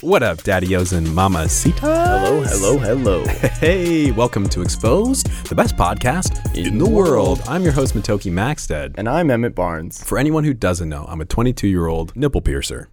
What up, daddios and mamacitas? Hello, hello, hello. Hey, welcome to Exposed, the best podcast in, the world. I'm your host, Matoki Maxted. and I'm Emmett Barnes. For anyone who doesn't know, I'm a 22 year old nipple piercer.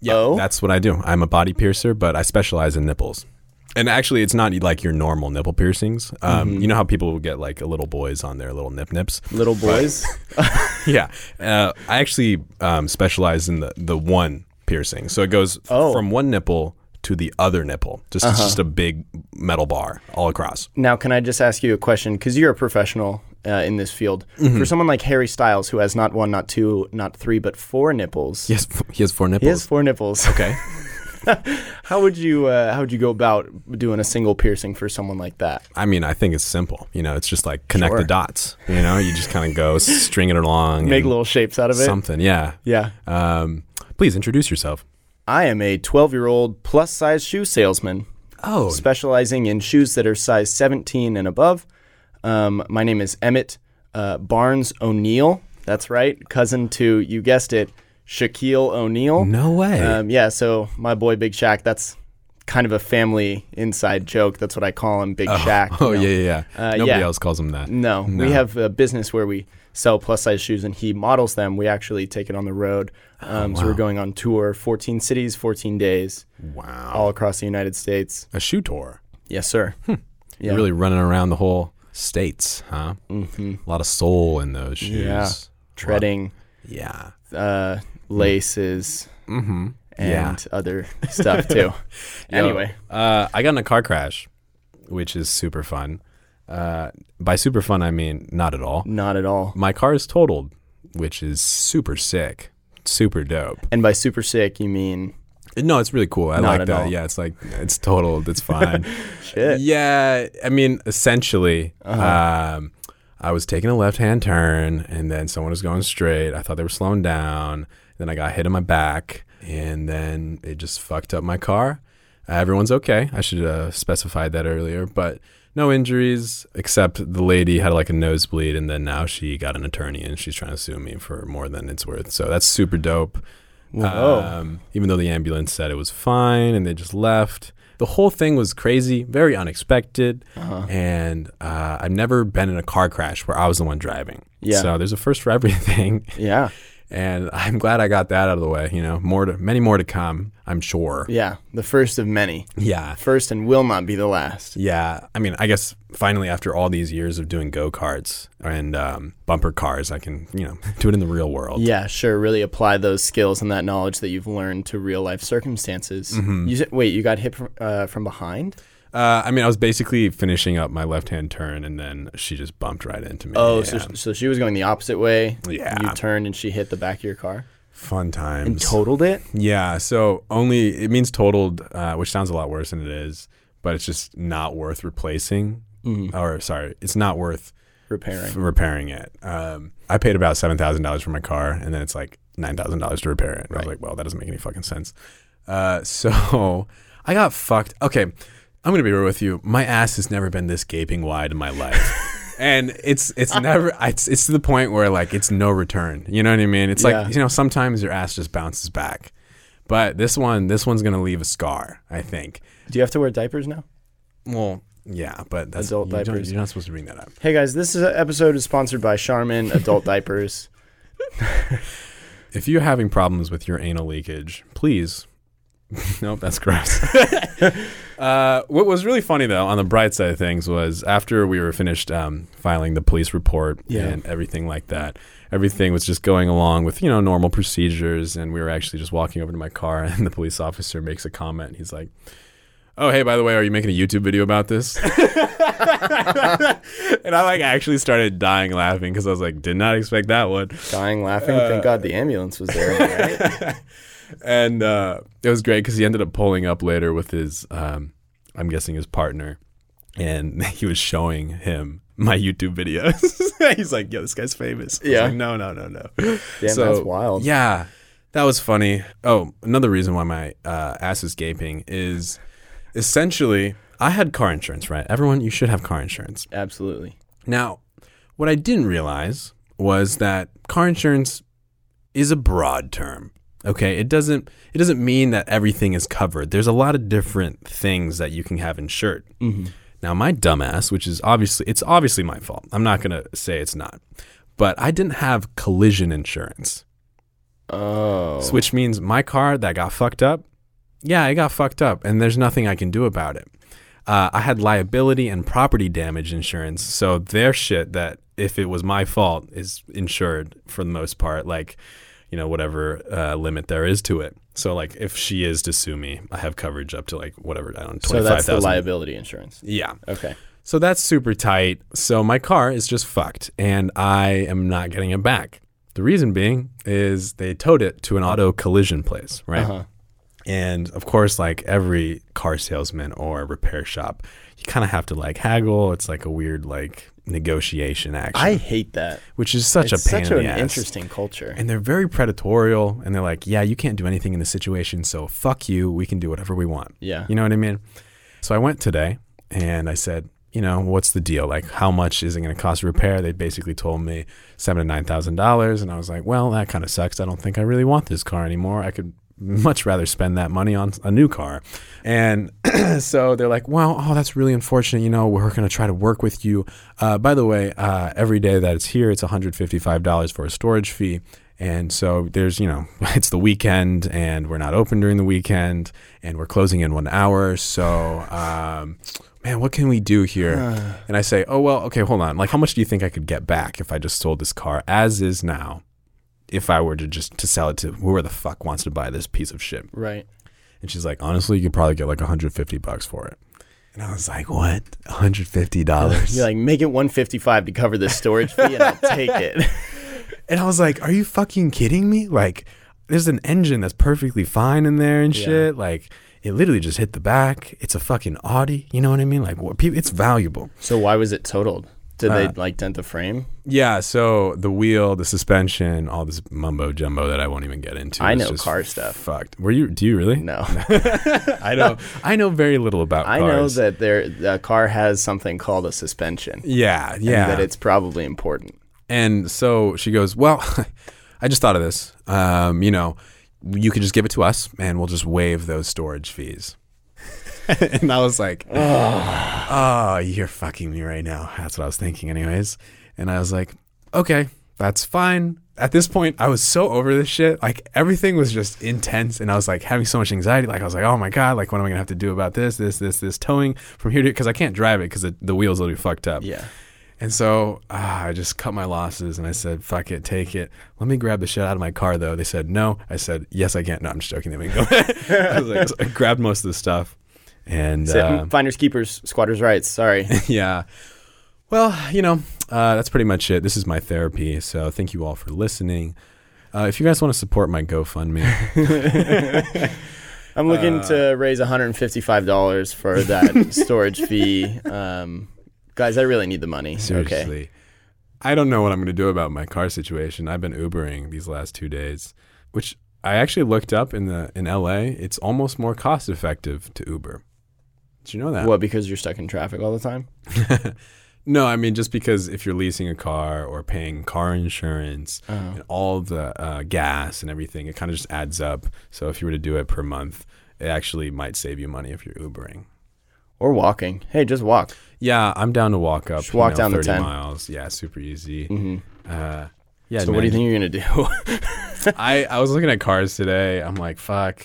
Yeah, Oh? that's what I do. I'm a body piercer, but I specialize in nipples. And actually, it's not like your normal nipple piercings. Um, You know how people will get like a little boys on their little nip nips? Little boys. yeah. Uh, I actually um, specialize in the, the one piercing. So it goes f- Oh. Uh-huh. from one nipple to the other nipple. Just it's just a big metal bar all across. now, can I just ask you a question? Because you're a professional uh, in this field. For someone like Harry Styles, who has not one, not two, not three, but four nipples, He has, f- he has four nipples. he has four nipples. okay. how would you uh, How would you go about doing a single piercing for someone like that? I mean, I think it's simple. You know, it's just like connect the Sure. dots. You know, you just kind of go string it along. Make and little shapes out of it. something. Yeah. Yeah. Um, please introduce yourself. I am a 12 year old plus size shoe salesman. Oh, specializing in shoes that are size 17 and above. Um, my name is Emmett uh, Barnes O'Neill. That's right, cousin to you guessed it, Shaquille O'Neal. no way. Um, yeah, so my boy Big Shaq. That's kind of a family inside joke. That's what I call him, Big Shaq. oh you know. yeah, yeah. yeah. Nobody Uh, yeah. else calls him that. No, No. we have a business where we sell plus size shoes and he models them. We actually take it on the road. Oh, Um, So we're going on tour, 14 cities, 14 days, Wow. all across the United States. A shoe tour. Yes, sir. Hmm. You're really running around the whole states, huh? Mm-hmm. A lot of soul in those shoes. Yeah. Treading. Yeah. uh, laces and Yeah. other stuff too. anyway, Uh, I got in a car crash, which is super fun. Uh, by super fun, I mean not at all. not at all. My car is totaled, which is super sick, super dope. And by super sick, you mean No, it's really cool. I Not like at that. all. Yeah, it's like it's totaled. It's fine. Shit. Yeah, I mean, essentially, um, I was taking a left-hand turn, and then someone was going straight. I thought they were slowing down. Then I got hit in my back, and then it just fucked up my car. Uh, everyone's okay. I should uh, specified that earlier, but no injuries except the lady had like a nosebleed, and then now she got an attorney, and she's trying to sue me for more than it's worth. So that's super dope. Um, even though the ambulance said it was fine and they just left. The whole thing was crazy, very unexpected. Uh-huh. And uh, I've never been in a car crash where I was the one driving. Yeah. So there's a first for everything. yeah, And I'm glad I got that out of the way. You know, more to, many more to come, I'm sure. yeah, the first of many, Yeah. first and will not be the last. Yeah. I mean, I guess finally after all these years of doing go karts and um, bumper cars, I can, you know, do it in the real world. Yeah, sure. Really apply those skills and that knowledge that you've learned to real life circumstances. You said, wait, you got hit from, uh, from behind? Uh, I mean, I was basically finishing up my left hand turn and then she just bumped right into me. Oh, Yeah. so, so she was going the opposite way. Yeah. you turned and she hit the back of your car. Fun times. Totaled it. yeah. So only it means totaled, uh, which sounds a lot worse than it is, but it's just not worth replacing. Or sorry, it's not worth Repairing. repairing it. Um, I paid about seven thousand dollars for my car, and then it's like nine thousand dollars to repair it. And I was like, well, that doesn't make any fucking sense. Uh, so I got fucked. Okay, I'm gonna be real with you. My ass has never been this gaping wide in my life. And it's it's never it's it's to the point where like it's no return. You know what I mean? It's Yeah. like you know sometimes your ass just bounces back, but this one this one's gonna leave a scar. I think. Do you have to wear diapers now? Well, yeah, but that's Adult you don't- diapers. You're not supposed to bring that up. Hey guys, this is episode is sponsored by Charmin Adult Diapers. If you're having problems with your anal leakage, please. nope, that's gross. uh, what was really funny, though, on the bright side of things, was after we were finished um, filing the police report Yeah. and everything like that, everything was just going along with, you know, normal procedures. And we were actually just walking over to my car, and the police officer makes a comment. He's like, Oh, hey, by the way, are you making a YouTube video about this? and I like actually started dying laughing because I was like, did not expect that one. Dying laughing. Thank God Uh, the ambulance was there. right? and uh, it was great because he ended up pulling up later with his, um, I'm guessing his partner, and he was showing him my YouTube videos. He's like, "Yo, this guy's famous." I was Yeah. like, no, no, no, no. Damn, that's wild. Yeah, that was funny. Oh, another reason why my uh, ass is gaping is essentially I had car insurance, right? Everyone, you should have car insurance. Absolutely. Now, what I didn't realize was that car insurance is a broad term. Okay, it doesn't it doesn't mean that everything is covered. There's a lot of different things that you can have insured. Mm-hmm. Now, my dumbass, which is obviously it's obviously my fault. I'm not gonna say it's not, but I didn't have collision insurance, Oh. so- which means my car that got fucked up. Yeah, it got fucked up, and there's nothing I can do about it. Uh, I had liability and property damage insurance, so their shit that if it was my fault is insured for the most part, like you know whatever uh, limit there is to it. So like if she is to sue me, I have coverage up to like whatever I don't know So twenty five that's the thousand. liability insurance. yeah, Okay. so that's super tight. So my car is just fucked and I am not getting it back. The reason being is they towed it to an auto collision place, right? Uh-huh. And of course, like every car salesman or repair shop, you kind of have to like haggle. It's like a weird like negotiation action, I hate that. which is such It's a pain such in an the ass. interesting culture. and they're very predatorial and they're like, yeah, you can't do anything in this situation. So fuck you. We can do whatever we want. Yeah. You know what I mean? So I went today and I said, you know, what's the deal? Like, how much is it going to cost to repair? They basically told me seven to nine thousand dollars, and I was like, well, that kind of sucks. I don't think I really want this car anymore. I could much rather spend that money on a new car. And so they're like, well, oh, that's really unfortunate. You know, we're going to try to work with you. Uh, by the way, uh, every day that it's here, it's one hundred fifty-five dollars for a storage fee. And so there's, you know, it's the weekend and we're not open during the weekend and we're closing in one hour. So, um, man, what can we do Uh, here? and I say, oh, well, okay, hold on. Like, how much do you think I could get back if I just sold this car as is now? If I were to just to sell it to whoever the fuck wants to buy this piece of shit. Right. And she's like, honestly, you could probably get like 150 bucks for it. And I was like, what? $150? You're like, make it 155 to cover this storage fee and I'll take it. And I was like, "Are you fucking kidding me? Like, there's an engine that's perfectly fine in there and shit. Like, it literally just hit the back. It's a fucking Audi. You know what I mean? Like, what? People, it's valuable. So why was it totaled? Did they Uh, like dent the frame? Yeah. So the wheel, the suspension, all this mumbo jumbo that I won't even get into. I It's know just car stuff. Fucked. Were you? Do you really? No. I know. I know very little about. I cars. know that there the car has something called a suspension. Yeah. Yeah. That it's probably important. And so she goes, Well, I just thought of this. Um, you know, you could just give it to us and we'll just waive those storage fees. and I was like, Oh, you're fucking me right now. That's what I was thinking, anyways. And I was like, Okay, that's fine. At this point, I was so over this shit. Like everything was just intense, and I was like having so much anxiety. Like I was like, "Oh my god! Like what am I gonna have to do about this, this, this, this towing from here to?" Because I can't drive it because the, the wheels will be fucked up. Yeah. And so ah, I just cut my losses and I said, fuck it, take it. Let me grab the shit out of my car though. They said, no. I said, yes, I can't. No, I'm just joking. They made me go. I, was like, so I grabbed most of the stuff. And uh, Finders keepers, squatters rights. Sorry. yeah. Well, you know, uh, that's pretty much it. This is my therapy. So thank you all for listening. Uh, if you guys want to support my GoFundMe, I'm looking Uh. to raise $155 for that storage fee. Um, guys, I really need the money. seriously, Okay. I don't know what I'm going to do about my car situation. I've been Ubering these last two days, which I actually looked up in the in LA. It's almost more cost effective to Uber. Did you know that? What, because you're stuck in traffic all the time? No, I mean just because if you're leasing a car or paying car insurance Oh. and all the uh, gas and everything, it kind of just adds up. So if you were to do it per month, it actually might save you money if you're Ubering. Or walking. Hey, just walk. Yeah, I'm down to walk up. Just walk you know, down the 30 10. miles. Yeah, super easy. Uh, yeah. So, what do you man, think you're going to do? I, I was looking at cars today. I'm like, fuck.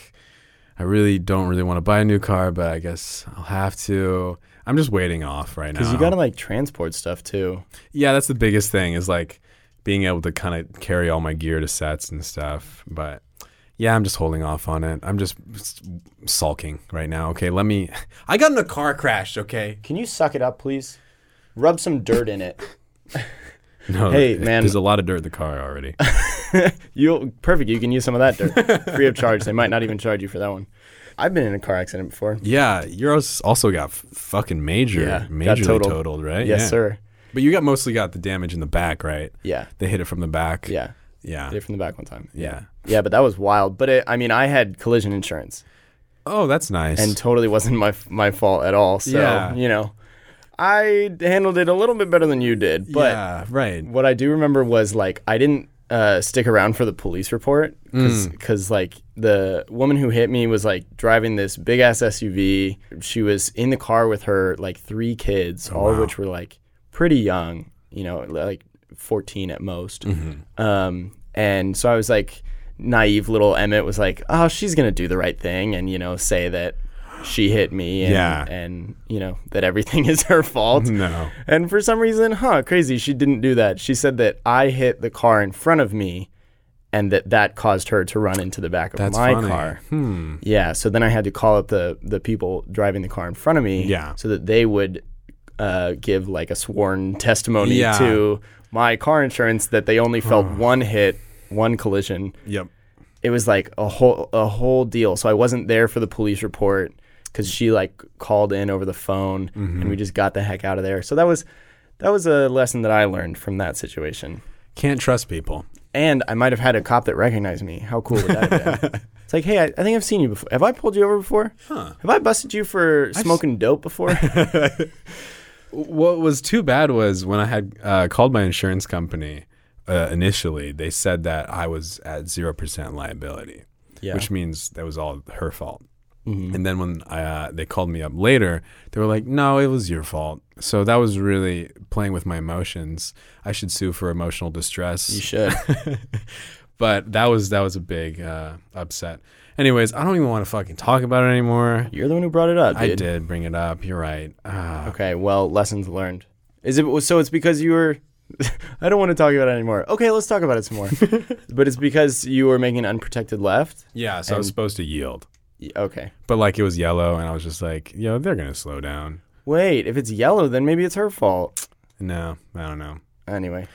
I really don't really want to buy a new car, but I guess I'll have to. I'm just waiting off right now. Because you got to like transport stuff too. yeah, that's the biggest thing is like being able to kind of carry all my gear to sets and stuff. But yeah, I'm just holding off on it. I'm just s- sulking right now. Okay, let me. I got in a car crash. Okay. Can you suck it up, please? Rub some dirt in it. No, Hey, th- man. There's a lot of dirt in the car already. You perfect. You can use some of that dirt free of charge. They might not even charge you for that one. I've been in a car accident before. yeah, Euros also got f- fucking major, Yeah, got majorly totaled. totaled. right? Yes, Yeah. sir. But you got mostly got the damage in the back, right? Yeah, They hit it from the back. yeah. Yeah. Did it from the back one time. yeah. Yeah, but that was wild. But it, I mean, I had collision insurance, Oh, that's nice. and totally wasn't my my fault at all. So Yeah. you know, I handled it a little bit better than you did. But yeah, right. what I do remember was like I didn't uh, stick around for the police report because Mm. like the woman who hit me was like driving this big ass SUV. She was in the car with her like three kids, Oh, all of which were like pretty young, you know, like 14 at most. Mm-hmm. Um, and so I was like, naive little Emmett was like, oh, she's gonna do the right thing and you know say that she hit me and, Yeah. and you know that everything is her fault. No. And for some reason, huh, crazy, she didn't do that. She said that I hit the car in front of me and that that caused her to run into the back of That's my funny. car. Hmm. Yeah, so then I had to call up the the people driving the car in front of me Yeah. so that they would uh, give like a sworn testimony Yeah. to my car insurance that they only felt one hit, one collision. Yep. It was like a whole a whole deal. So I wasn't there for the police report cuz she like called in over the phone and we just got the heck out of there. So that was that was a lesson that I learned from that situation. Can't trust people. And I might have had a cop that recognized me. How cool would that have been? it's like, hey, I, I think I've seen you before. Have I pulled you over before? Have I busted you for smoking dope before? What was too bad was when I had uh, called my insurance company uh, initially, they said that I was at 0% liability, Yeah. which means that was all her fault. And then when I, uh, they called me up later, they were like, no, it was your fault. So that was really playing with my emotions. I should sue for emotional distress. you should. but that was that was a big uh, upset. Anyways, I don't even want to fucking talk about it anymore. You're the one who brought it up. I dude. did bring it up. You're right. Ah. Okay, well, lessons learned. Is it so? It's because you were. I don't want to talk about it anymore. Okay, let's talk about it some more. but it's because you were making an unprotected left. yeah, so I was supposed to yield, Y- Okay. but like it was yellow, and I was just like, yo, they're gonna slow down. Wait, if it's yellow, then maybe it's her fault. No, I don't know. Anyway,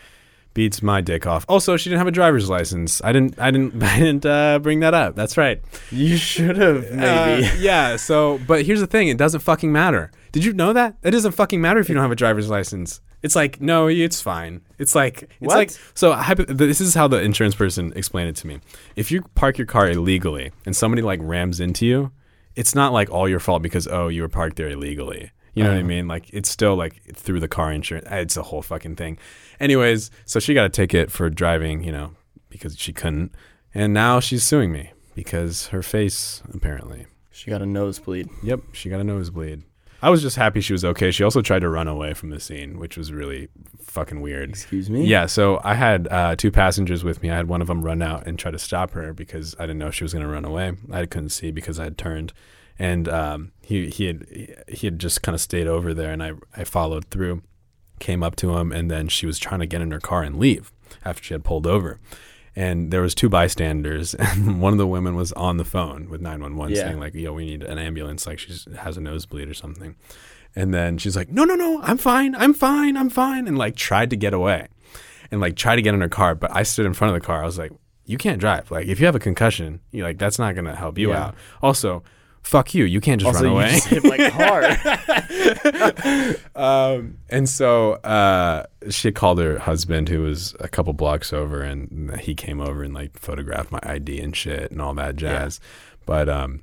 Beats my dick off. Also, she didn't have a driver's license. I didn't. I didn't. I didn't uh, bring that up. That's right. you should have maybe. Uh, yeah. So, but here's the thing. It doesn't fucking matter. Did you know that? It doesn't fucking matter if you don't have a driver's license. It's like no, it's fine. It's like it's What? like so. hypo- This is how the insurance person explained it to me. If you park your car illegally and somebody like rams into you, it's not like all your fault because oh you were parked there illegally. You know what I mean? Like it's still like through the car insurance. eh, It's a whole fucking thing. Anyways, so she got a ticket for driving. You know because she couldn't, and now she's suing me because her face apparently. she got a nosebleed. Yep, she got a nosebleed. I was just happy she was okay. She also tried to run away from the scene, which was really fucking weird. Excuse me. Yeah, so I had uh, two passengers with me. I had one of them run out and try to stop her because I didn't know she was going to run away. I couldn't see because I had turned, and um, he he had he had just kind of stayed over there, and I I followed through, came up to him, and then she was trying to get in her car and leave after she had pulled over, and there was two bystanders, and one of the women was on the phone with nine one one Yeah. saying like, "Yo, we need an ambulance," like she has a nosebleed or something. And then she's like, no, no, no, I'm fine, I'm fine, I'm fine. And like tried to get away and like tried to get in her car. But I stood in front of the car. I was like, you can't drive. Like if you have a concussion, you're like, that's not going to help you Yeah. out. Also, fuck you. You can't just Also, run you away. just hit my car. Um, and so uh, she had called her husband, who was a couple blocks over, and he came over and like photographed my ID and shit and all that jazz. But um,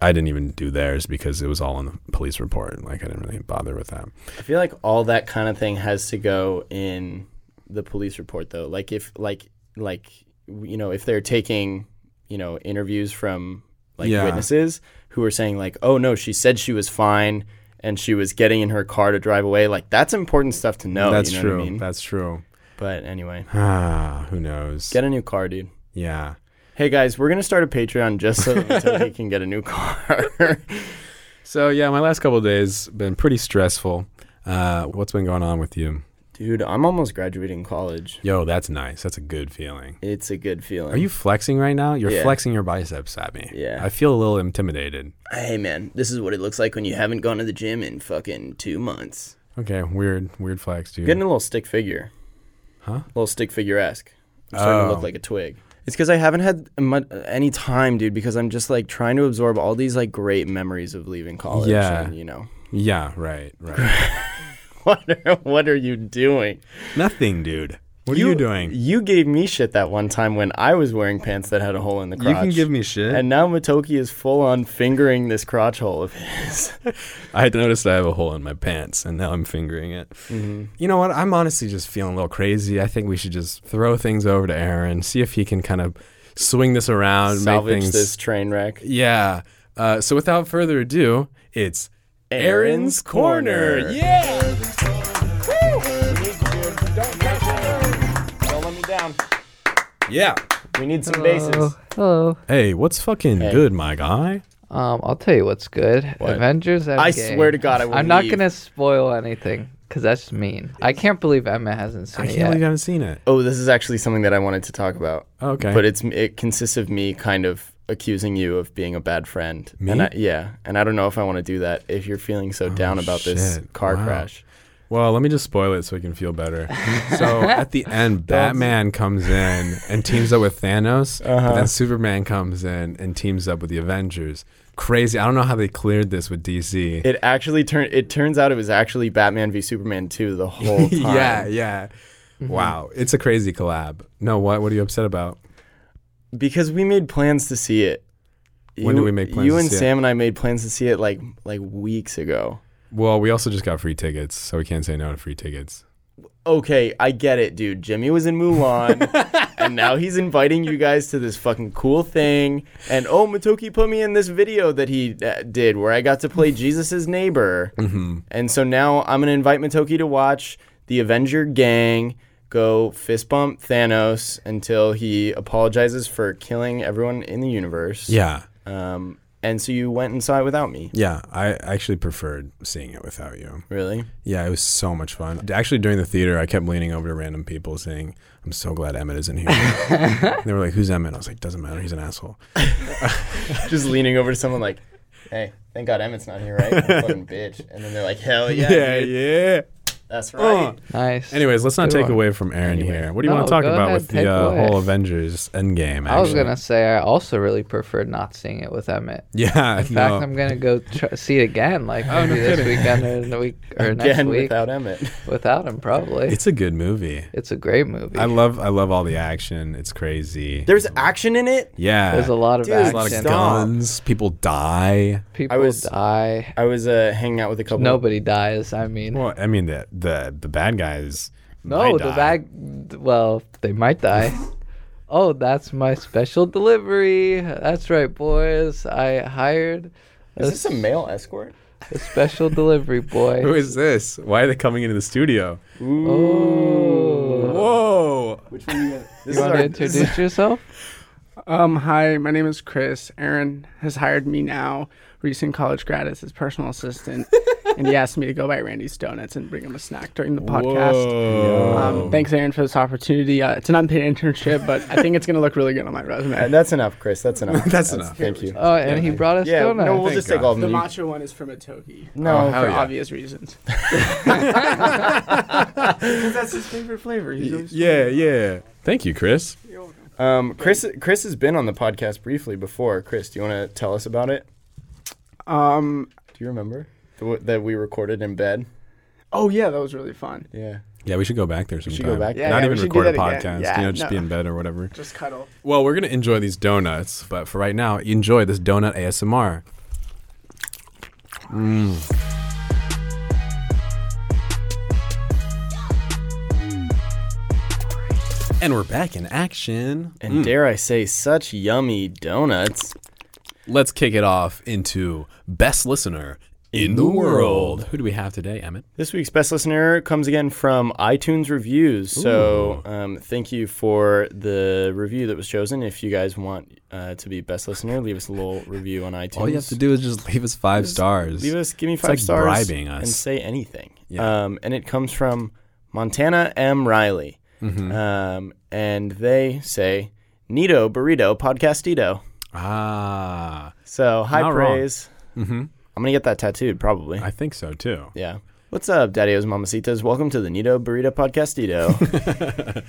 I didn't even do theirs because it was all in the police report. and Like I didn't really bother with that. I feel like all that kind of thing has to go in the police report though. Like if like like you know, if they're taking, you know, interviews from like Yeah. witnesses who are saying like, "Oh no, she said she was fine and she was getting in her car to drive away." Like that's important stuff to know, That's you know true. what I mean? That's true. but anyway, Ah, who knows? get a new car, dude. yeah. Hey guys, we're going to start a Patreon just so Kentucky can get a new car. So yeah, my last couple of days been pretty stressful. Uh, what's been going on with you? dude, I'm almost graduating college. Yo, that's nice. That's a good feeling. It's a good feeling. Are you flexing right now? You're Yeah. flexing your biceps at me. Yeah. I feel a little intimidated. Hey man, this is what it looks like when you haven't gone to the gym in fucking two months. Okay, weird, weird flex, dude. Getting a little stick figure. Huh? little stick figure esque. I'm starting to Oh. look like a twig. It's because I haven't had mu- any time, dude, because I'm just like trying to absorb all these like great memories of leaving college. Yeah. And, you know, yeah, right, right. what are, what are you doing? Nothing, dude. What are you doing? You gave me shit that one time when I was wearing pants that had a hole in the crotch. You can give me shit. And now Matoki is full on fingering this crotch hole of his. I had noticed I have a hole in my pants, and now I'm fingering it. You know what? I'm honestly just feeling a little crazy. I think we should just throw things over to Aaron, see if he can kind of swing this around, make Salvage things. this train wreck. Yeah. Uh, so without further ado, it's Aaron's Corner. Yeah. Don't let me down. Yeah. We need some bases. Hello. Hey, what's fucking good, my guy? Oh. Um, I'll tell you what's good. Avengers Endgame. I swear to God, I will I'm not leave. gonna spoil anything because that's mean. I can't believe Emma hasn't I seen can't it yet. believe you haven't seen it. Oh, this is actually something that I wanted to talk about. Okay. But it's it consists of me kind of accusing you of being a bad friend. Me? Oh, And I, yeah, and I don't know if I want to do that if you're feeling so down about this shit. car Wow. crash. Well, let me just spoil it so we can feel better. so at the end, Batman comes in and teams up with Thanos, but then Superman comes in and teams up with the Avengers. Crazy. I don't know how they cleared this with DC. It actually turned. It turns out it was actually Batman v Superman 2 the whole time. yeah, yeah. Wow, it's a crazy collab. No, what? What are you upset about? because we made plans to see it. When did You- we make plans You to and see it? Sam and I made plans to see it like like weeks ago. Well, we also just got free tickets, so we can't say no to free tickets. Okay, I get it, dude. Jimmy was in Mulan, and now he's inviting you guys to this fucking cool thing. And oh, Matoki put me in this video that he uh, did where I got to play Jesus' neighbor. Mm-hmm. And so now I'm gonna invite Matoki to watch the Avenger Gang go fist bump Thanos until he apologizes for killing everyone in the universe. Yeah, Um, and so you went and saw it without me. yeah. I actually preferred seeing it without you. Really? Yeah, it was so much fun. Actually, during the theater, I kept leaning over to random people saying, "I'm so glad Emmett isn't here." And they were like, "Who's Emmett?" I was like, "Doesn't matter. He's an asshole." Just leaning over to someone like, hey, thank God Emmett's not here, right? You fucking bitch. And then they're like, hell yeah. dude. yeah. Oh. That's right. Nice. Anyways, let's not Good take one. away from Aaron here. What do you No, want to talk go about ahead, with take the uh, away. whole Avengers Endgame? Actually? I was gonna say I also really preferred not seeing it with Emmett. Yeah. In fact, no. I'm gonna go tr- see it again, like Oh, no maybe this kidding. weekend or the week or next Again, week without, without Emmett. him. Probably. It's, It's a good movie. a great movie. I love I love all the action. It's crazy. There's action in it. yeah. There's a lot of Dude, There's a lot of action. stop. guns. People die. People was- die. I was uh, hanging out with a couple. Nobody dies. I mean, Well, I mean the the the bad guys. No, might the die. bag. Well, they might die. oh, that's my special delivery. That's right, boys. I hired a, Is this a male escort? s- a special delivery Who boy. is this? Why are they coming into the studio? Ooh. Whoa! Which one you got? This You want to is our, introduce yourself? Um, hi, my name is Chris. Aaron has hired me now, recent college grad, as his personal assistant, and he asked me to go by Randy's Donuts and bring him a snack during the podcast. Um, thanks, Aaron, for this opportunity. Uh, it's an unpaid internship, but I think it's gonna look really good on my Uh, resume. that's enough, Chris. That's enough. That's enough. Thank you. Oh, and he brought us yeah, donuts. no, we'll Thank just take God. all of The them. You- matcha one is from Atoki. No, hell for yeah. obvious reasons. Because that's his favorite flavor. He's always- Yeah, yeah. Thank you, Chris. um, Chris. Chris has been on the podcast briefly before. Chris, do you want to tell us about it? Um. Do you remember the, w- that we recorded in bed? Oh yeah, that was really fun. Yeah. Yeah, we should go back there sometime. should go back Yeah, Not yeah, we even should do record a that podcast. again. Yeah, you know, just no. be in bed or whatever. Just cuddle. Well, we're gonna enjoy these donuts, but for right now, enjoy this donut ASMR. Mm. And we're back in action. And dare I say, such yummy donuts. Let's kick it off into best listener in the world. Who do we have today, Emmett? This week's best listener comes again from iTunes reviews. So um, thank you for the review that was chosen. If you guys want uh, to be best listener, leave us a little review on iTunes. All you have to do is just leave us five stars. leave us, give me It's five like stars, bribing us. and say anything. Yeah. Um, and it comes from Montana M. Riley, Mm-hmm. um, and they say "Nito burrito podcastito." Ah, So high Not wrong. praise. Mm-hmm. I'm gonna get that tattooed probably. I think so too. Yeah. What's up, Daddios Mamacitas? Welcome to the Nito Burrito Podcastito.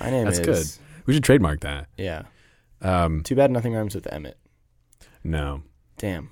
My name That's is. good. We should trademark that. Yeah. Um, Too bad nothing rhymes with Emmett. no. Damn.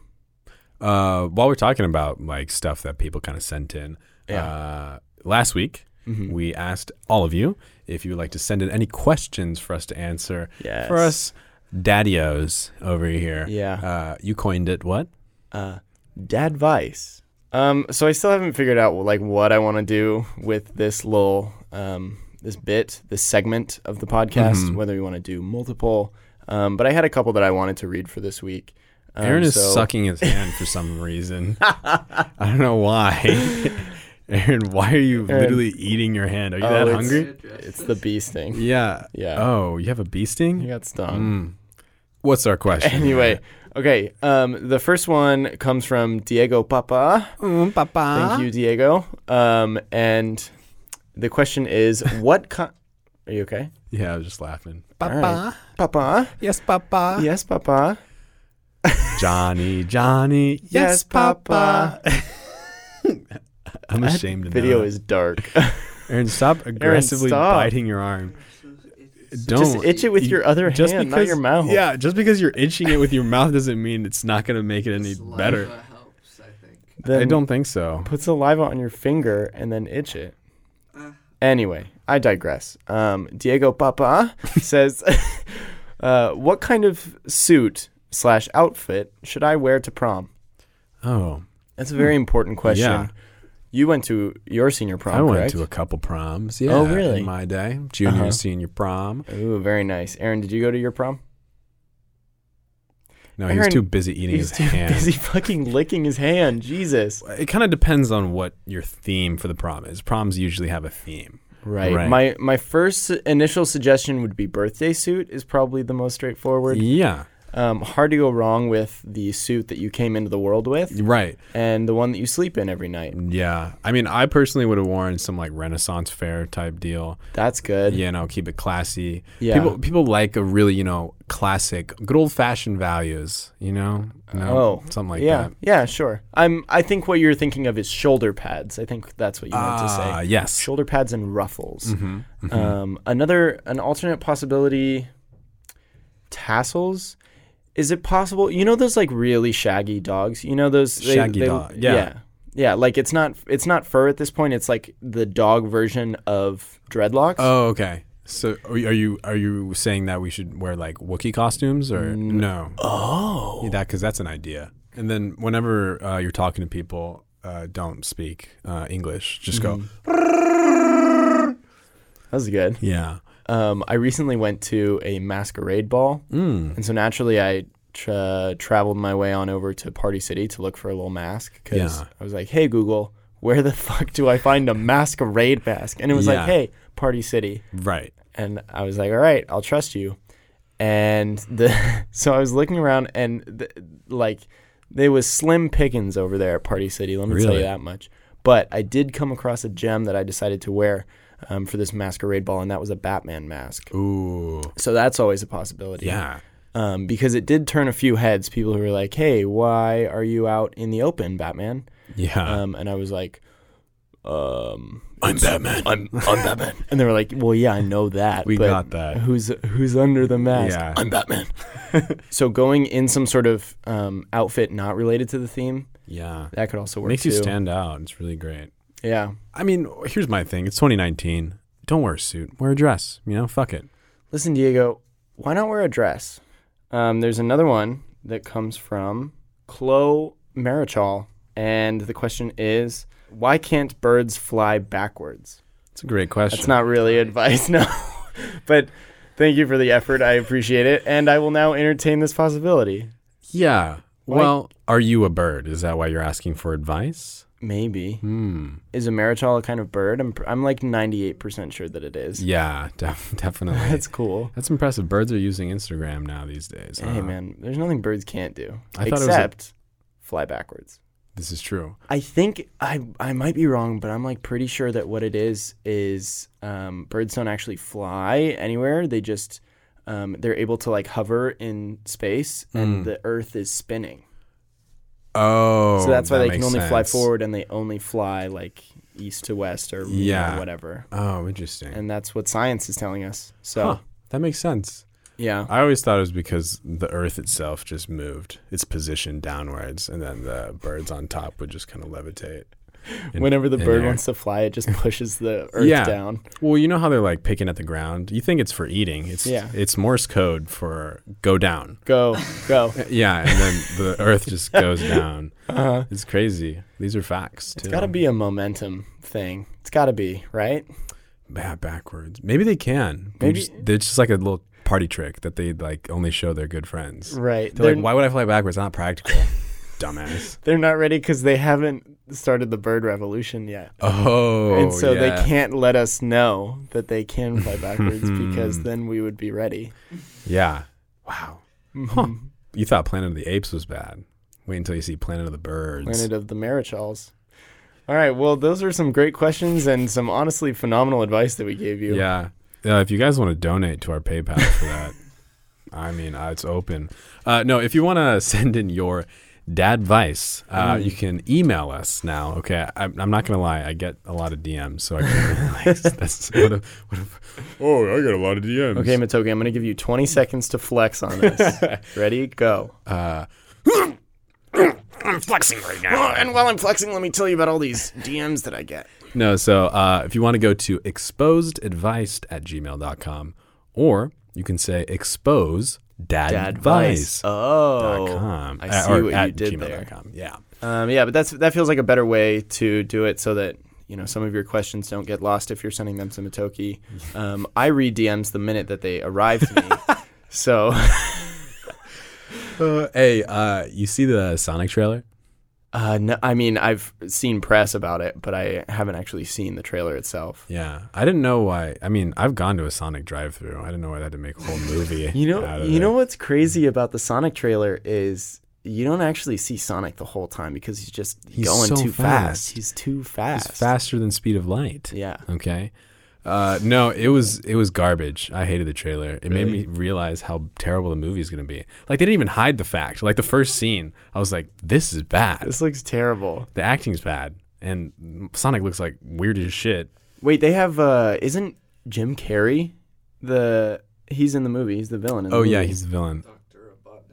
Uh, while we're talking about like stuff that people kind of sent in, Yeah. uh, last week we asked all of you if you would like to send in any questions for us to answer. Yes. For us daddios over here. Yeah. Uh, you coined it what? uh, dad vice. Um, so I still haven't figured out like what I want to do with this little um, this bit, this segment of the podcast. Mm-hmm. Whether we want to do multiple, um, but I had a couple that I wanted to read for this week. Um, Aaron is so- sucking his hand for some reason. I don't know why. Aaron, why are you literally eating your hand? Are you that Oh, it's- hungry? It's the bee sting. Yeah. Yeah. Oh, you have a bee He sting? got stung. Mm. What's our question? Anyway, okay. Um, the first one comes from Diego Papa. Mm, papa. Thank you, Diego. Um, and the question is, what kind? Are you okay, Yeah, I was just laughing. right. Papa? Yes, Papa. Yes, Papa. Johnny, Johnny. Yes, Yes, Papa. Papa. I'm ashamed of Video that. is dark. Aaron, stop aggressively stop. biting your arm. Don't Just itch it with your other just hand, because- not your mouth. Yeah, just because you're itching it with your mouth doesn't mean it's not going to make it any Saliva better. helps, I think. Then I don't think so. put saliva on your finger and then itch it. Uh. Anyway, I digress. Um, Diego Papa says, uh, "What kind of suit slash outfit should I wear to prom?" Oh, That's a very important question. Yeah. You went to your senior prom, I went correct? to a couple proms. Yeah, Oh, really? In my day, junior, Uh-huh. senior prom. Ooh, very nice. Aaron, did you go to your prom? No, he was Aaron, too busy eating He's his too hand. busy fucking licking his hand. Jesus. It kind of depends on what your theme for the prom is. Proms usually have a theme. Right. Right. My my first initial suggestion would be birthday suit is probably the most straightforward. Yeah, Um, hard to go wrong with the suit that you came into the world with right. and the one that you sleep in every night. Yeah. I mean, I personally would have worn some like Renaissance fair type deal. That's good. You know, keep it classy. Yeah. People people like a really, you know, classic, good old fashioned values, you know? No, Oh, Something like yeah, that. yeah, sure. I'm. I think what you're thinking of is shoulder pads. I think that's what you meant to say. Ah, yes. shoulder pads and ruffles. Mm-hmm, Um, another an alternate possibility tassels. Is it possible? You know those like really shaggy dogs. You know those they, Shaggy they- dog, yeah. yeah, Yeah, Like it's not it's not fur at this point. It's like the dog version of dreadlocks. Oh, okay. So are you- are you are you saying that we should wear like Wookiee costumes or no? Oh. That cuz that's an idea. And then whenever uh, you're talking to people, uh, don't speak uh, English. Just go. Mm-hmm. that was good. Yeah. Um, I recently went to a masquerade ball, Hmm. mm. and so naturally I tra- traveled my way on over to Party City to look for a little mask because Yeah. I was like, "Hey Google, where the fuck do I find a masquerade mask?" And it was Yeah. like, "Hey Party City," Right. and I was like, "All right, I'll trust you." And the so I was looking around, and the, like there was slim pickings over there at Party City. Let me tell Really? you that much. But I did come across a gem that I decided to wear um, for this masquerade ball, and that was a Batman mask. Ooh. So that's always a possibility. Yeah. Um, because it did turn a few heads. People who were like, hey, why are you out in the open, Batman? Yeah. Um, and I was like, um, I'm Batman. I'm, I'm Batman. and they were like, well, yeah, I know that. We but got that. Who's, who's under the mask? Yeah. I'm Batman. so going in some sort of um, outfit not related to the theme, Yeah. that could also work Makes too. you stand out. It's really great. Yeah. I mean, here's my thing. It's 2019. Don't wear a suit. Wear a dress. You know, fuck it. Listen, Diego, why not wear a dress? Um, there's another one that comes from Chloe Marichal, and the question is, why can't birds fly backwards? It's a great question. That's not really advice, no. but thank you for the effort. I appreciate it, and I will now entertain this possibility. yeah. Why- Well, are you a bird? Is that why you're asking for advice? Maybe Hmm. is a marichal a kind of bird? I'm pr- I'm like 98% sure that it is. Yeah, def- definitely. That's That's, cool. impressive. Birds are using Instagram now these days. Hey huh? man, there's nothing birds can't do I thought it was a- except fly backwards. This is true. I think I I might be wrong, but I'm like pretty sure that what it is is um, birds don't actually fly anywhere. They just um, they're able to like hover in space, and the Earth is spinning. Oh. So that's why that they can makes only fly sense. forward, and they only fly like east to west or you know, Yeah. whatever. Oh, interesting. And that's what science is telling us. So Huh. That makes sense. yeah, I always thought it was because the Earth itself just moved its position downwards, and then the birds on top would just kind of levitate. in- Whenever the in bird there. wants to fly, it just pushes the earth Yeah. down. Well, you know how they're like picking at the ground. You think it's for eating. It's Yeah. it's Morse code for go down. Go, go. Yeah, and then the earth just goes down. It's crazy. These are facts too. Uh-huh. It's got to be a momentum thing. It's got to be right. Ba- backwards. Maybe they can. Maybe Maybe- just, they're just like a little party trick that they like only show their good friends. Right. They're, They're, like, why would I fly backwards? Not practical. Dumbass. they're not ready because they haven't started the bird revolution yet, Oh, and so yeah. they can't let us know that they can fly backwards because then we would be ready. Yeah. Wow. Huh. You thought Planet of the Apes was bad. Wait until you see Planet of the Birds. Planet of the Marichals. All right. Well, those are some great questions and some honestly phenomenal advice that we gave you. Yeah. Uh, if you guys want to donate to our PayPal for that, I mean, uh, it's open. Uh, no, if you want to send in your dad vice, uh, you can email us now. Okay. I, I'm not going to lie. I get a lot of DMs. So I can, like, that's what a, what a, oh, I get a lot of DMs. Okay, Matoki, I'm going to give you 20 seconds to flex on this. Ready? Go. I'm flexing right now. Oh, and while I'm flexing, let me tell you about all these DMs that I get. No, so uh, if you want to go to exposedadvice at gmail.com or you can say expose dad, advice. Oh. com, I uh, see or what you at did there. gmail.com. Yeah. Um, yeah, but that's that feels like a better way to do it so that you know some of your questions don't get lost if you're sending them to Matoki. Um, I read DMs the minute that they arrive to me. so Uh, hey, uh, you see the Sonic trailer? uh, no, I mean I've seen press about it, but I haven't actually seen the trailer itself. Yeah, I didn't know why. I mean, I've gone to a Sonic drive-through. I didn't know why they had to make a whole movie. You out know, of you it. know what's crazy about the Sonic trailer is you don't actually see Sonic the whole time because he's just He's going so too fast. fast. He's too fast. it's faster than speed of light. Yeah. Okay. Uh, no, it was it was garbage. I hated the trailer. It made me realize how terrible the movie is going to be. Like they didn't even hide the fact. Like the first scene, I was like, "This is bad. This looks terrible. The acting's bad, and Sonic looks like weird as shit." Wait, they have uh isn't Jim Carrey the he's in the movie, he's the villain in the Oh yeah, movie. he's the villain.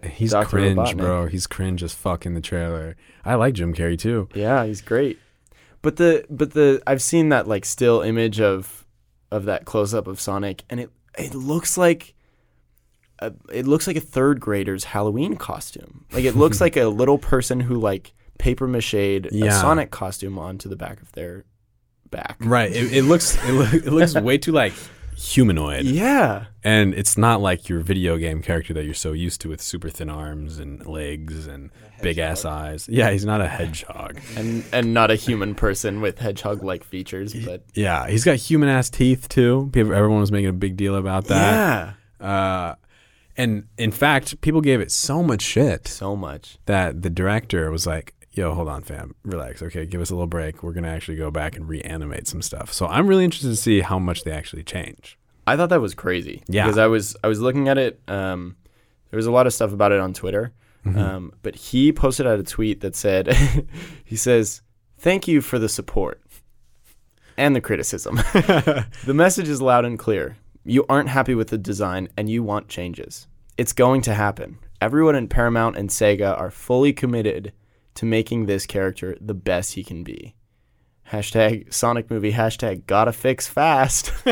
He's Dr. cringe, Robotnik. bro. He's cringe as fuck in the trailer. I like Jim Carrey too. Yeah, he's great. But the but the I've seen that like still image of of that close up of Sonic and it it looks like a, it looks like a third grader's Halloween costume. Like it looks like a little person who like paper mache'd a Yeah. Sonic costume onto the back of their back. Right. It, it looks it, loo- it looks way too like humanoid, Yeah. and it's not like your video game character that you're so used to with super thin arms and legs and big ass eyes. Yeah, he's not a hedgehog. And and not a human person with hedgehog like features, but Yeah, he's got human ass teeth too. People, everyone was making a big deal about that. yeah. Uh, and in fact, people gave it so much shit So much. that the director was like, "Yo, hold on, fam, relax. Okay, give us a little break. We're gonna actually go back and reanimate some stuff." So I'm really interested to see how much they actually change. I thought that was crazy. Yeah. Because I was I was looking at it. Um, there was a lot of stuff about it on Twitter. Um, but he posted out a tweet that said, he says, "Thank you for the support and the criticism. the message is loud and clear. You aren't happy with the design and you want changes. It's going to happen. Everyone in Paramount and Sega are fully committed to making this character the best he can be." Hashtag Sonic movie. Hashtag gotta fix fast.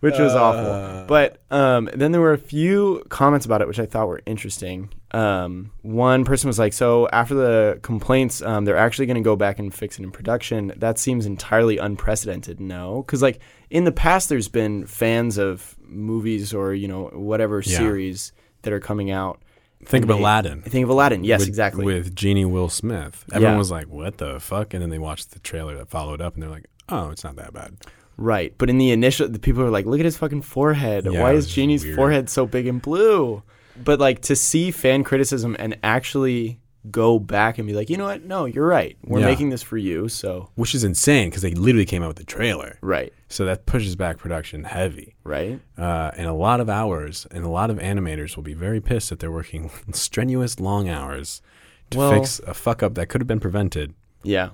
which was awful. Uh. But um, then there were a few comments about it, which I thought were interesting. Um, one person was like, "So after the complaints, um, they're actually going to go back and fix it in production. That seems entirely unprecedented. No, because like in the past, there's been fans of movies or you know whatever Yeah. series that are coming out. Think of And they- Aladdin. I think of Aladdin. Yes, with- exactly. With Genie Will Smith. Everyone Yeah. was like, what the fuck? And then they watched the trailer that followed up and they're like, oh, it's not that bad. Right. But in the initial, the people were like, look at his fucking forehead. Yeah, Why it is was Genie's weird. forehead so big and blue? But like to see fan criticism and actually go back and be like, you know what? No, you're right. We're Yeah. making this for you. So, Which is insane because they literally came out with the trailer. right. So that pushes back production heavy. Right. Uh, and a lot of hours and a lot of animators will be very pissed that they're working strenuous long hours to Well- fix a fuck up that could have been prevented. Yeah,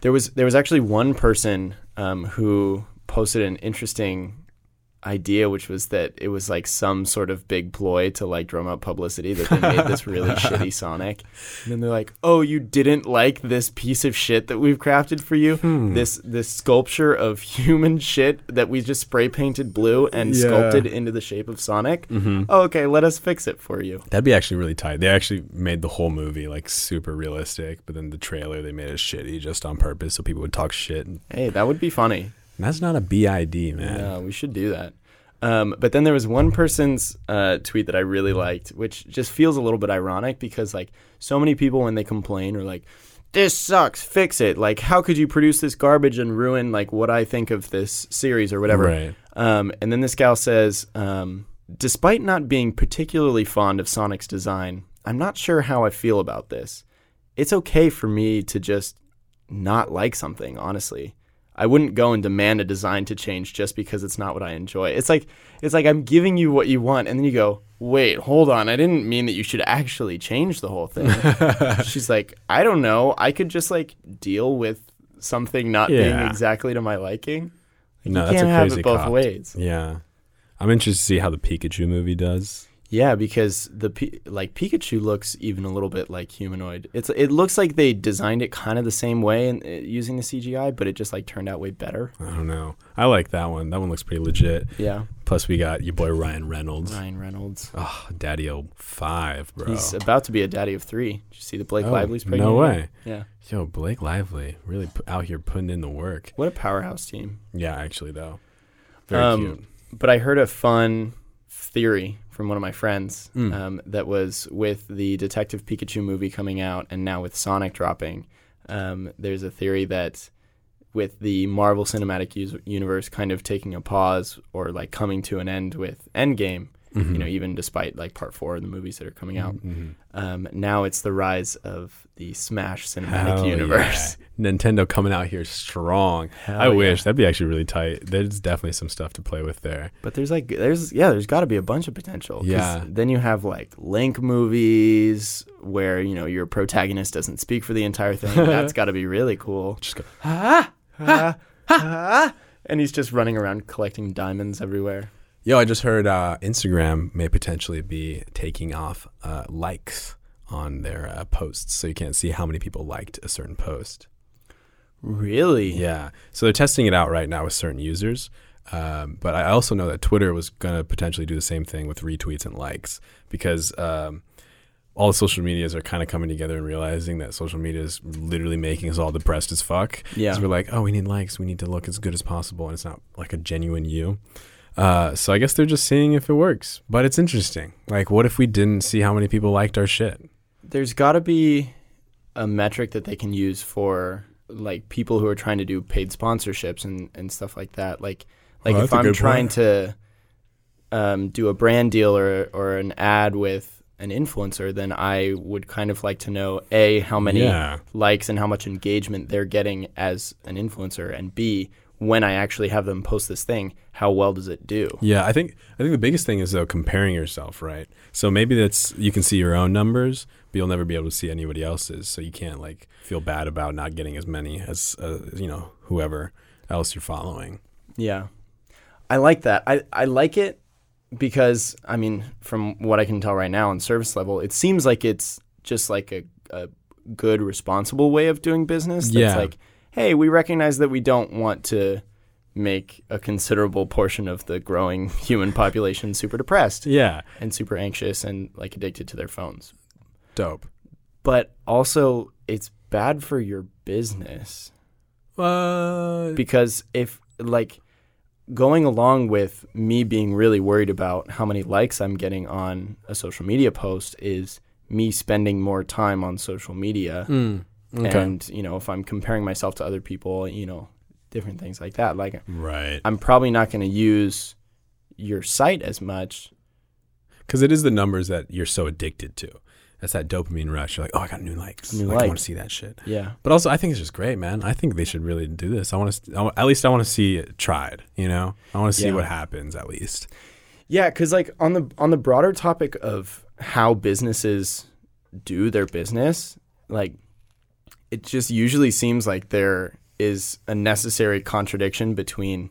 there was there was actually one person um, who posted an interesting idea, which was that it was like some sort of big ploy to like drum up publicity that they made this really shitty Sonic. And then they're like, "Oh, you didn't like this piece of shit that we've crafted for you? This this sculpture of human shit that we just spray painted blue and Yeah. sculpted into the shape of Sonic? Oh, okay, let us fix it for you." That'd be actually really tight. They actually made the whole movie like super realistic, but then the trailer they made it shitty just on purpose so people would talk shit. And Hey, that would be funny. that's not a BID, man. Yeah, we should do that. Um, but then there was one person's uh, tweet that I really liked, which just feels a little bit ironic because like so many people when they complain are like, "This sucks, fix it." Like, how could you produce this garbage and ruin like what I think of this series or whatever? Right. Um, and then this gal says, um, despite not being particularly fond of Sonic's design, I'm not sure how I feel about this. It's okay for me to just not like something, honestly. I wouldn't go and demand a design to change just because it's not what I enjoy. It's like it's like I'm giving you what you want and then you go, "Wait, hold on. I didn't mean that you should actually change the whole thing." She's like, "I don't know. I could just like deal with something not Yeah. being exactly to my liking." Like, No, you that's can't a have crazy it both cop. ways. Yeah. I'm interested to see how the Pikachu movie does. Yeah, because the P- like Pikachu looks even a little bit like humanoid. It's it looks like they designed it kind of the same way and uh, using the CGI, but it just like turned out way better. I don't know. I like that one. That one looks pretty legit. Yeah, Plus, we got your boy Ryan Reynolds. Ryan Reynolds. Oh, Daddy O Five, bro. He's about to be a daddy of three. Did you see the Blake Oh, Lively's pregnant? no way. Yeah. Yo, Blake Lively really p- out here putting in the work. What a powerhouse team. Yeah, actually though, very Um, cute. But I heard a fun theory from one of my friends Hmm. um, that was with the Detective Pikachu movie coming out and now with Sonic dropping. Um, there's a theory that with the Marvel Cinematic Us- Universe kind of taking a pause or like coming to an end with Endgame, Mm-hmm. you know, even despite like part four of the movies that are coming out, um, now it's the rise of the Smash Cinematic Hell Universe. yeah. Nintendo coming out here strong. I yeah. wish that'd be actually really tight. There's definitely some stuff to play with there. But there's like there's yeah there's got to be a bunch of potential. 'cause Yeah. Then you have like Link movies where you know your protagonist doesn't speak for the entire thing. That's got to be really cool. Just go. And he's just running around collecting diamonds everywhere. Yo, I just heard uh, Instagram may potentially be taking off uh, likes on their uh, posts, so you can't see how many people liked a certain post. Really? Yeah. So they're testing it out right now with certain users. Um, but I also know that Twitter was going to potentially do the same thing with retweets and likes because um, all the social medias are kind of coming together and realizing that social media is literally making us all depressed as fuck. Yeah. 'Cause we're like, oh, we need likes. We need to look as good as possible. And it's not like a genuine you. Uh, so I guess they're just seeing if it works. But it's interesting. Like, what if we didn't see how many people liked our shit? There's got to be a metric that they can use for like people who are trying to do paid sponsorships and and stuff like that. Like like Well, if that's a I'm good trying point. to um, do a brand deal or or an ad with an influencer, then I would kind of like to know a how many Yeah. likes and how much engagement they're getting as an influencer, and b when I actually have them post this thing, how well does it do? Yeah, I think I think the biggest thing is though comparing yourself, right? So maybe that's you can see your own numbers, but you'll never be able to see anybody else's. So you can't like feel bad about not getting as many as uh, you know whoever else you're following. Yeah. I like that. I, I like it because, I mean, from what I can tell right now on service level, it seems like it's just like a, a good, responsible way of doing business. That's Yeah. like, hey, we recognize that we don't want to make a considerable portion of the growing human population super depressed Yeah, and super anxious and like addicted to their phones. dope. But also, it's bad for your business Uh, because if like going along with me being really worried about how many likes I'm getting on a social media post is me spending more time on social media hmm, Mm, and you know if I'm comparing myself to other people you know different things like that like right, I'm probably not going to use your site as much because it is the numbers that you're so addicted to. That's that dopamine rush. You're like, oh, I got new likes. New like, I want likes. to see that shit. yeah But also, I think it's just great, man. I think they should really do this. I want to, at least, I want to see it tried. You know, I want to see Yeah. what happens at least. Yeah, because like on the on the broader topic of how businesses do their business, like it just usually seems like there is a necessary contradiction between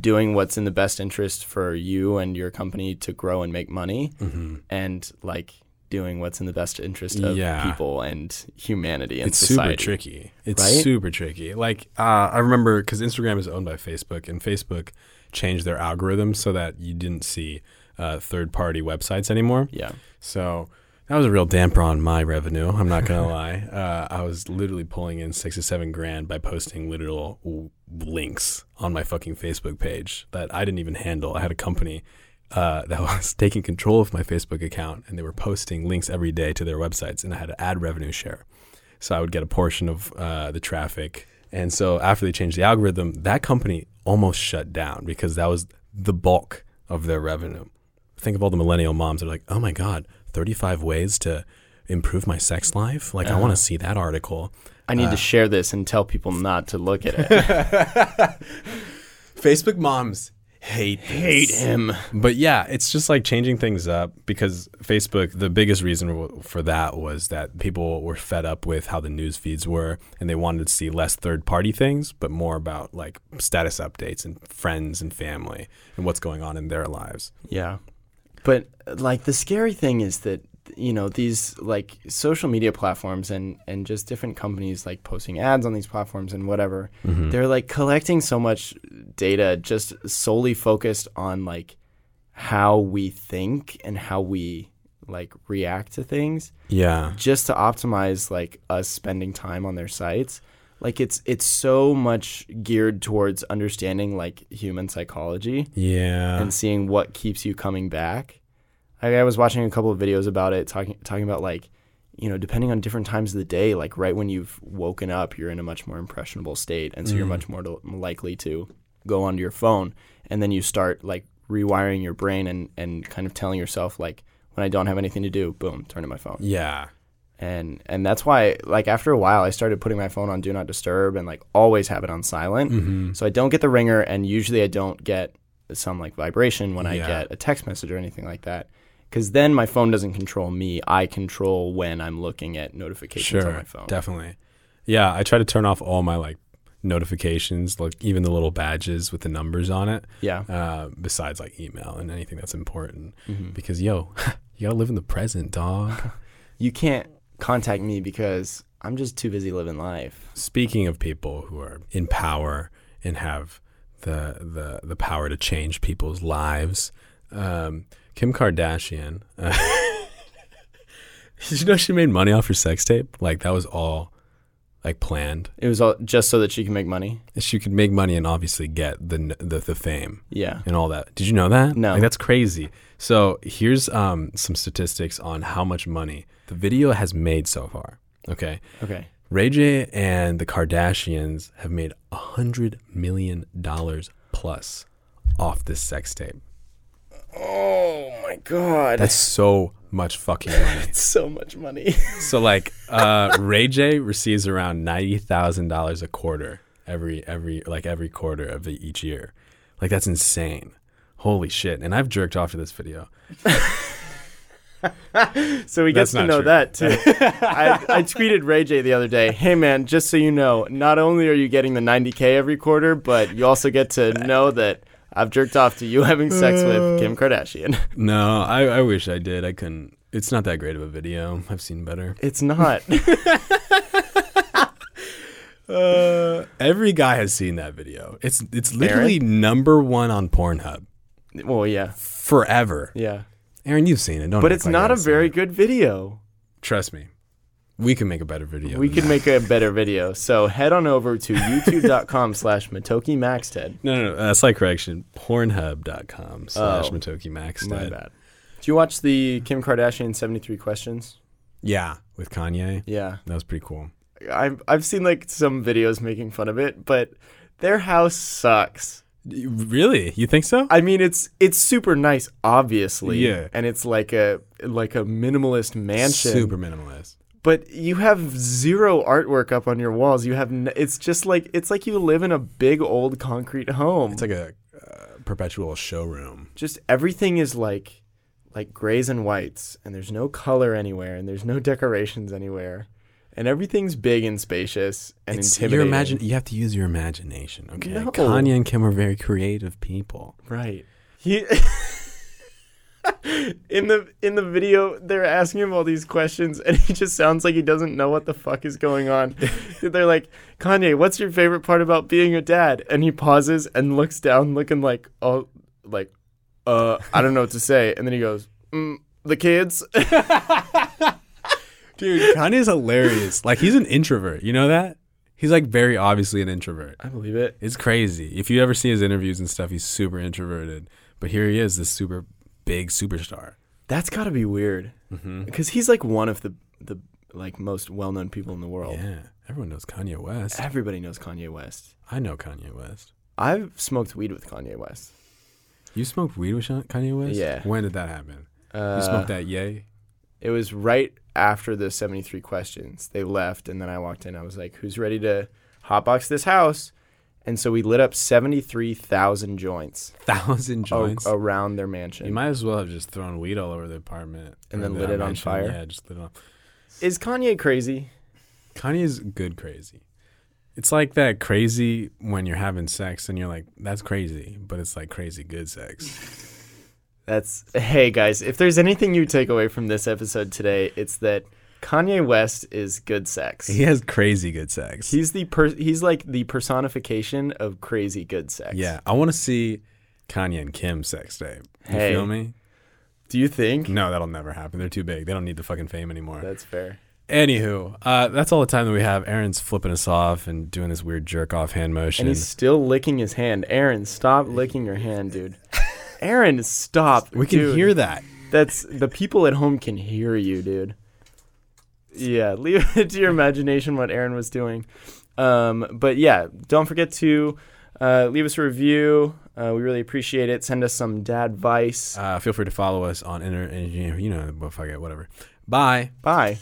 doing what's in the best interest for you and your company to grow and make money Mm-hmm. and like doing what's in the best interest of Yeah. people and humanity and It's society. super tricky. It's right? super tricky. Like uh, I remember because Instagram is owned by Facebook, and Facebook changed their algorithm so that you didn't see uh, third-party websites anymore. Yeah. So that was a real damper on my revenue. I'm not gonna lie. Uh, I was literally pulling in six to seven grand by posting literal w- links on my fucking Facebook page that I didn't even handle. I had a company uh, that was taking control of my Facebook account, and they were posting links every day to their websites, and I had to add revenue share, so I would get a portion of uh, the traffic. And so after they changed the algorithm, that company almost shut down because that was the bulk of their revenue think of all the millennial moms that are like, oh my God, 35 ways to improve my sex life. Like, I want to see that article. I need to Uh, share this and tell people not to look at it. Facebook moms hate Hate him. But yeah, it's just like changing things up because Facebook, the biggest reason w- for that was that people were fed up with how the news feeds were and they wanted to see less third party things, but more about like status updates and friends and family and what's going on in their lives. Yeah. But like the scary thing is that you know these like social media platforms and and just different companies like posting ads on these platforms and whatever they're like collecting so much data just solely focused on like how we think and how we like react to things Yeah. just to optimize like us spending time on their sites like it's it's so much geared towards understanding like human psychology Yeah. and seeing what keeps you coming back. I, I was watching a couple of videos about it, talking talking about like, you know, depending on different times of the day, like right when you've woken up, you're in a much more impressionable state, and so you're much more to, likely to go onto your phone, and then you start like rewiring your brain and and kind of telling yourself like, when I don't have anything to do, boom, turn to my phone Yeah. and and that's why like after a while I started putting my phone on do not disturb and like always have it on silent so I don't get the ringer and usually I don't get some like vibration when I Yeah. get a text message or anything like that because then my phone doesn't control me I control when I'm looking at notifications on my phone Definitely. Yeah, I try to turn off all my like notifications, like even the little badges with the numbers on it. yeah Uh, besides like email and anything that's important, because yo, you gotta live in the present, dog. you can't contact me because I'm just too busy living life Speaking of people who are in power and have the the the power to change people's lives, um, Kim Kardashian. Uh, did you know she made money off her sex tape? Like that was all like planned. it was all just so that she can make money she could make money and obviously get the the, the fame yeah and all that. Did you know that? No. Like, that's crazy. So here's um, some statistics on how much money the video has made so far. Okay, okay Ray J and the Kardashians have made a hundred million dollars plus off this sex tape. oh my god That's so much fucking money. so much money so like uh, Ray J receives around ninety thousand dollars a quarter every every like every quarter of the, each year. Like that's insane. Holy shit! And I've jerked off to this video. So he gets That's to know not that too. I, I tweeted Ray J the other day, hey man, just so you know, not only are you getting the 90K every quarter, but you also get to know that I've jerked off to you having sex Uh. with Kim Kardashian. No, I, I wish I did. I couldn't. It's not that great of a video. I've seen better. It's not. Every guy has seen that video. It's it's literally number one on Pornhub well, yeah. forever. Yeah. Aaron, you've seen it, don't? But act it's like I not a haven't seen very it. good video. Trust me, we can make a better video. We than could that. make a better video. So head on over to youtube.com slash Matoki Maxted. No, no, no. That's like correction. Pornhub.com slash Oh. Matoki Max. My bad. Do you watch the Kim Kardashian 73 questions? Yeah, with Kanye. Yeah. That was pretty cool. I've I've seen like some videos making fun of it, but their house sucks. Really? You think so? I mean, it's it's super nice, obviously. Yeah. And it's like a like a minimalist mansion. Super minimalist. But you have zero artwork up on your walls. You have n- it's just like it's like you live in a big old concrete home. It's like a uh, perpetual showroom. just everything is like like grays and whites, and there's no color anywhere, and there's no decorations anywhere. and everything's big and spacious and It's your intimidating. imagine. You have to use your imagination. Okay. No. Kanye and Kim are very creative people. Right. He in the in the video they're asking him all these questions and he just sounds like he doesn't know what the fuck is going on. they're like, "Kanye, what's your favorite part about being a dad?" And he pauses and looks down looking like oh like uh I don't know what to say. And then he goes, mm, "The kids." Dude, Kanye's hilarious. Like he's an introvert. You know that? He's like very obviously an introvert. I believe it. It's crazy. If you ever see his interviews and stuff, he's super introverted. But here he is, this super big superstar. That's got to be weird. Cuz he's like one of the the like most well-known people in the world. Yeah. Everyone knows Kanye West. Everybody knows Kanye West. I know Kanye West. I've smoked weed with Kanye West. You smoked weed with Sha- Kanye West? Yeah. When did that happen? Uh, you smoked that yay? It was right after the 73 questions. They left, and then I walked in. I was like, who's ready to hotbox this house? And so we lit up 73,000 joints, Thousand a- joints. around their mansion. You might as well have just thrown weed all over the apartment And or then the lit it on mansion. fire? Yeah, just lit it on. Is Kanye crazy? Kanye's good crazy. It's like that crazy when you're having sex and you're like, that's crazy, but it's like crazy good sex. That's hey guys, if there's anything you take away from this episode today, it's that Kanye West is good sex. He has crazy good sex. He's the per- he's like the personification of crazy good sex. yeah, I want to see Kanye and Kim sex tape. You Hey. feel me? Do you think? No, that'll never happen. They're too big. They don't need the fucking fame anymore. That's fair. Anywho, uh, that's all the time that we have. Aaron's flipping us off and doing this weird jerk off hand motion. And he's still licking his hand. Aaron, stop licking your hand, dude. Aaron, stop. we can dude. hear that. That's the people at home can hear you, dude. Yeah, leave it to your imagination what Aaron was doing. Um, but yeah, don't forget to uh, leave us a review. Uh, we really appreciate it. Send us some dad vice. Uh, feel free to follow us on inner, you know, well, fuck it, whatever. Bye. Bye.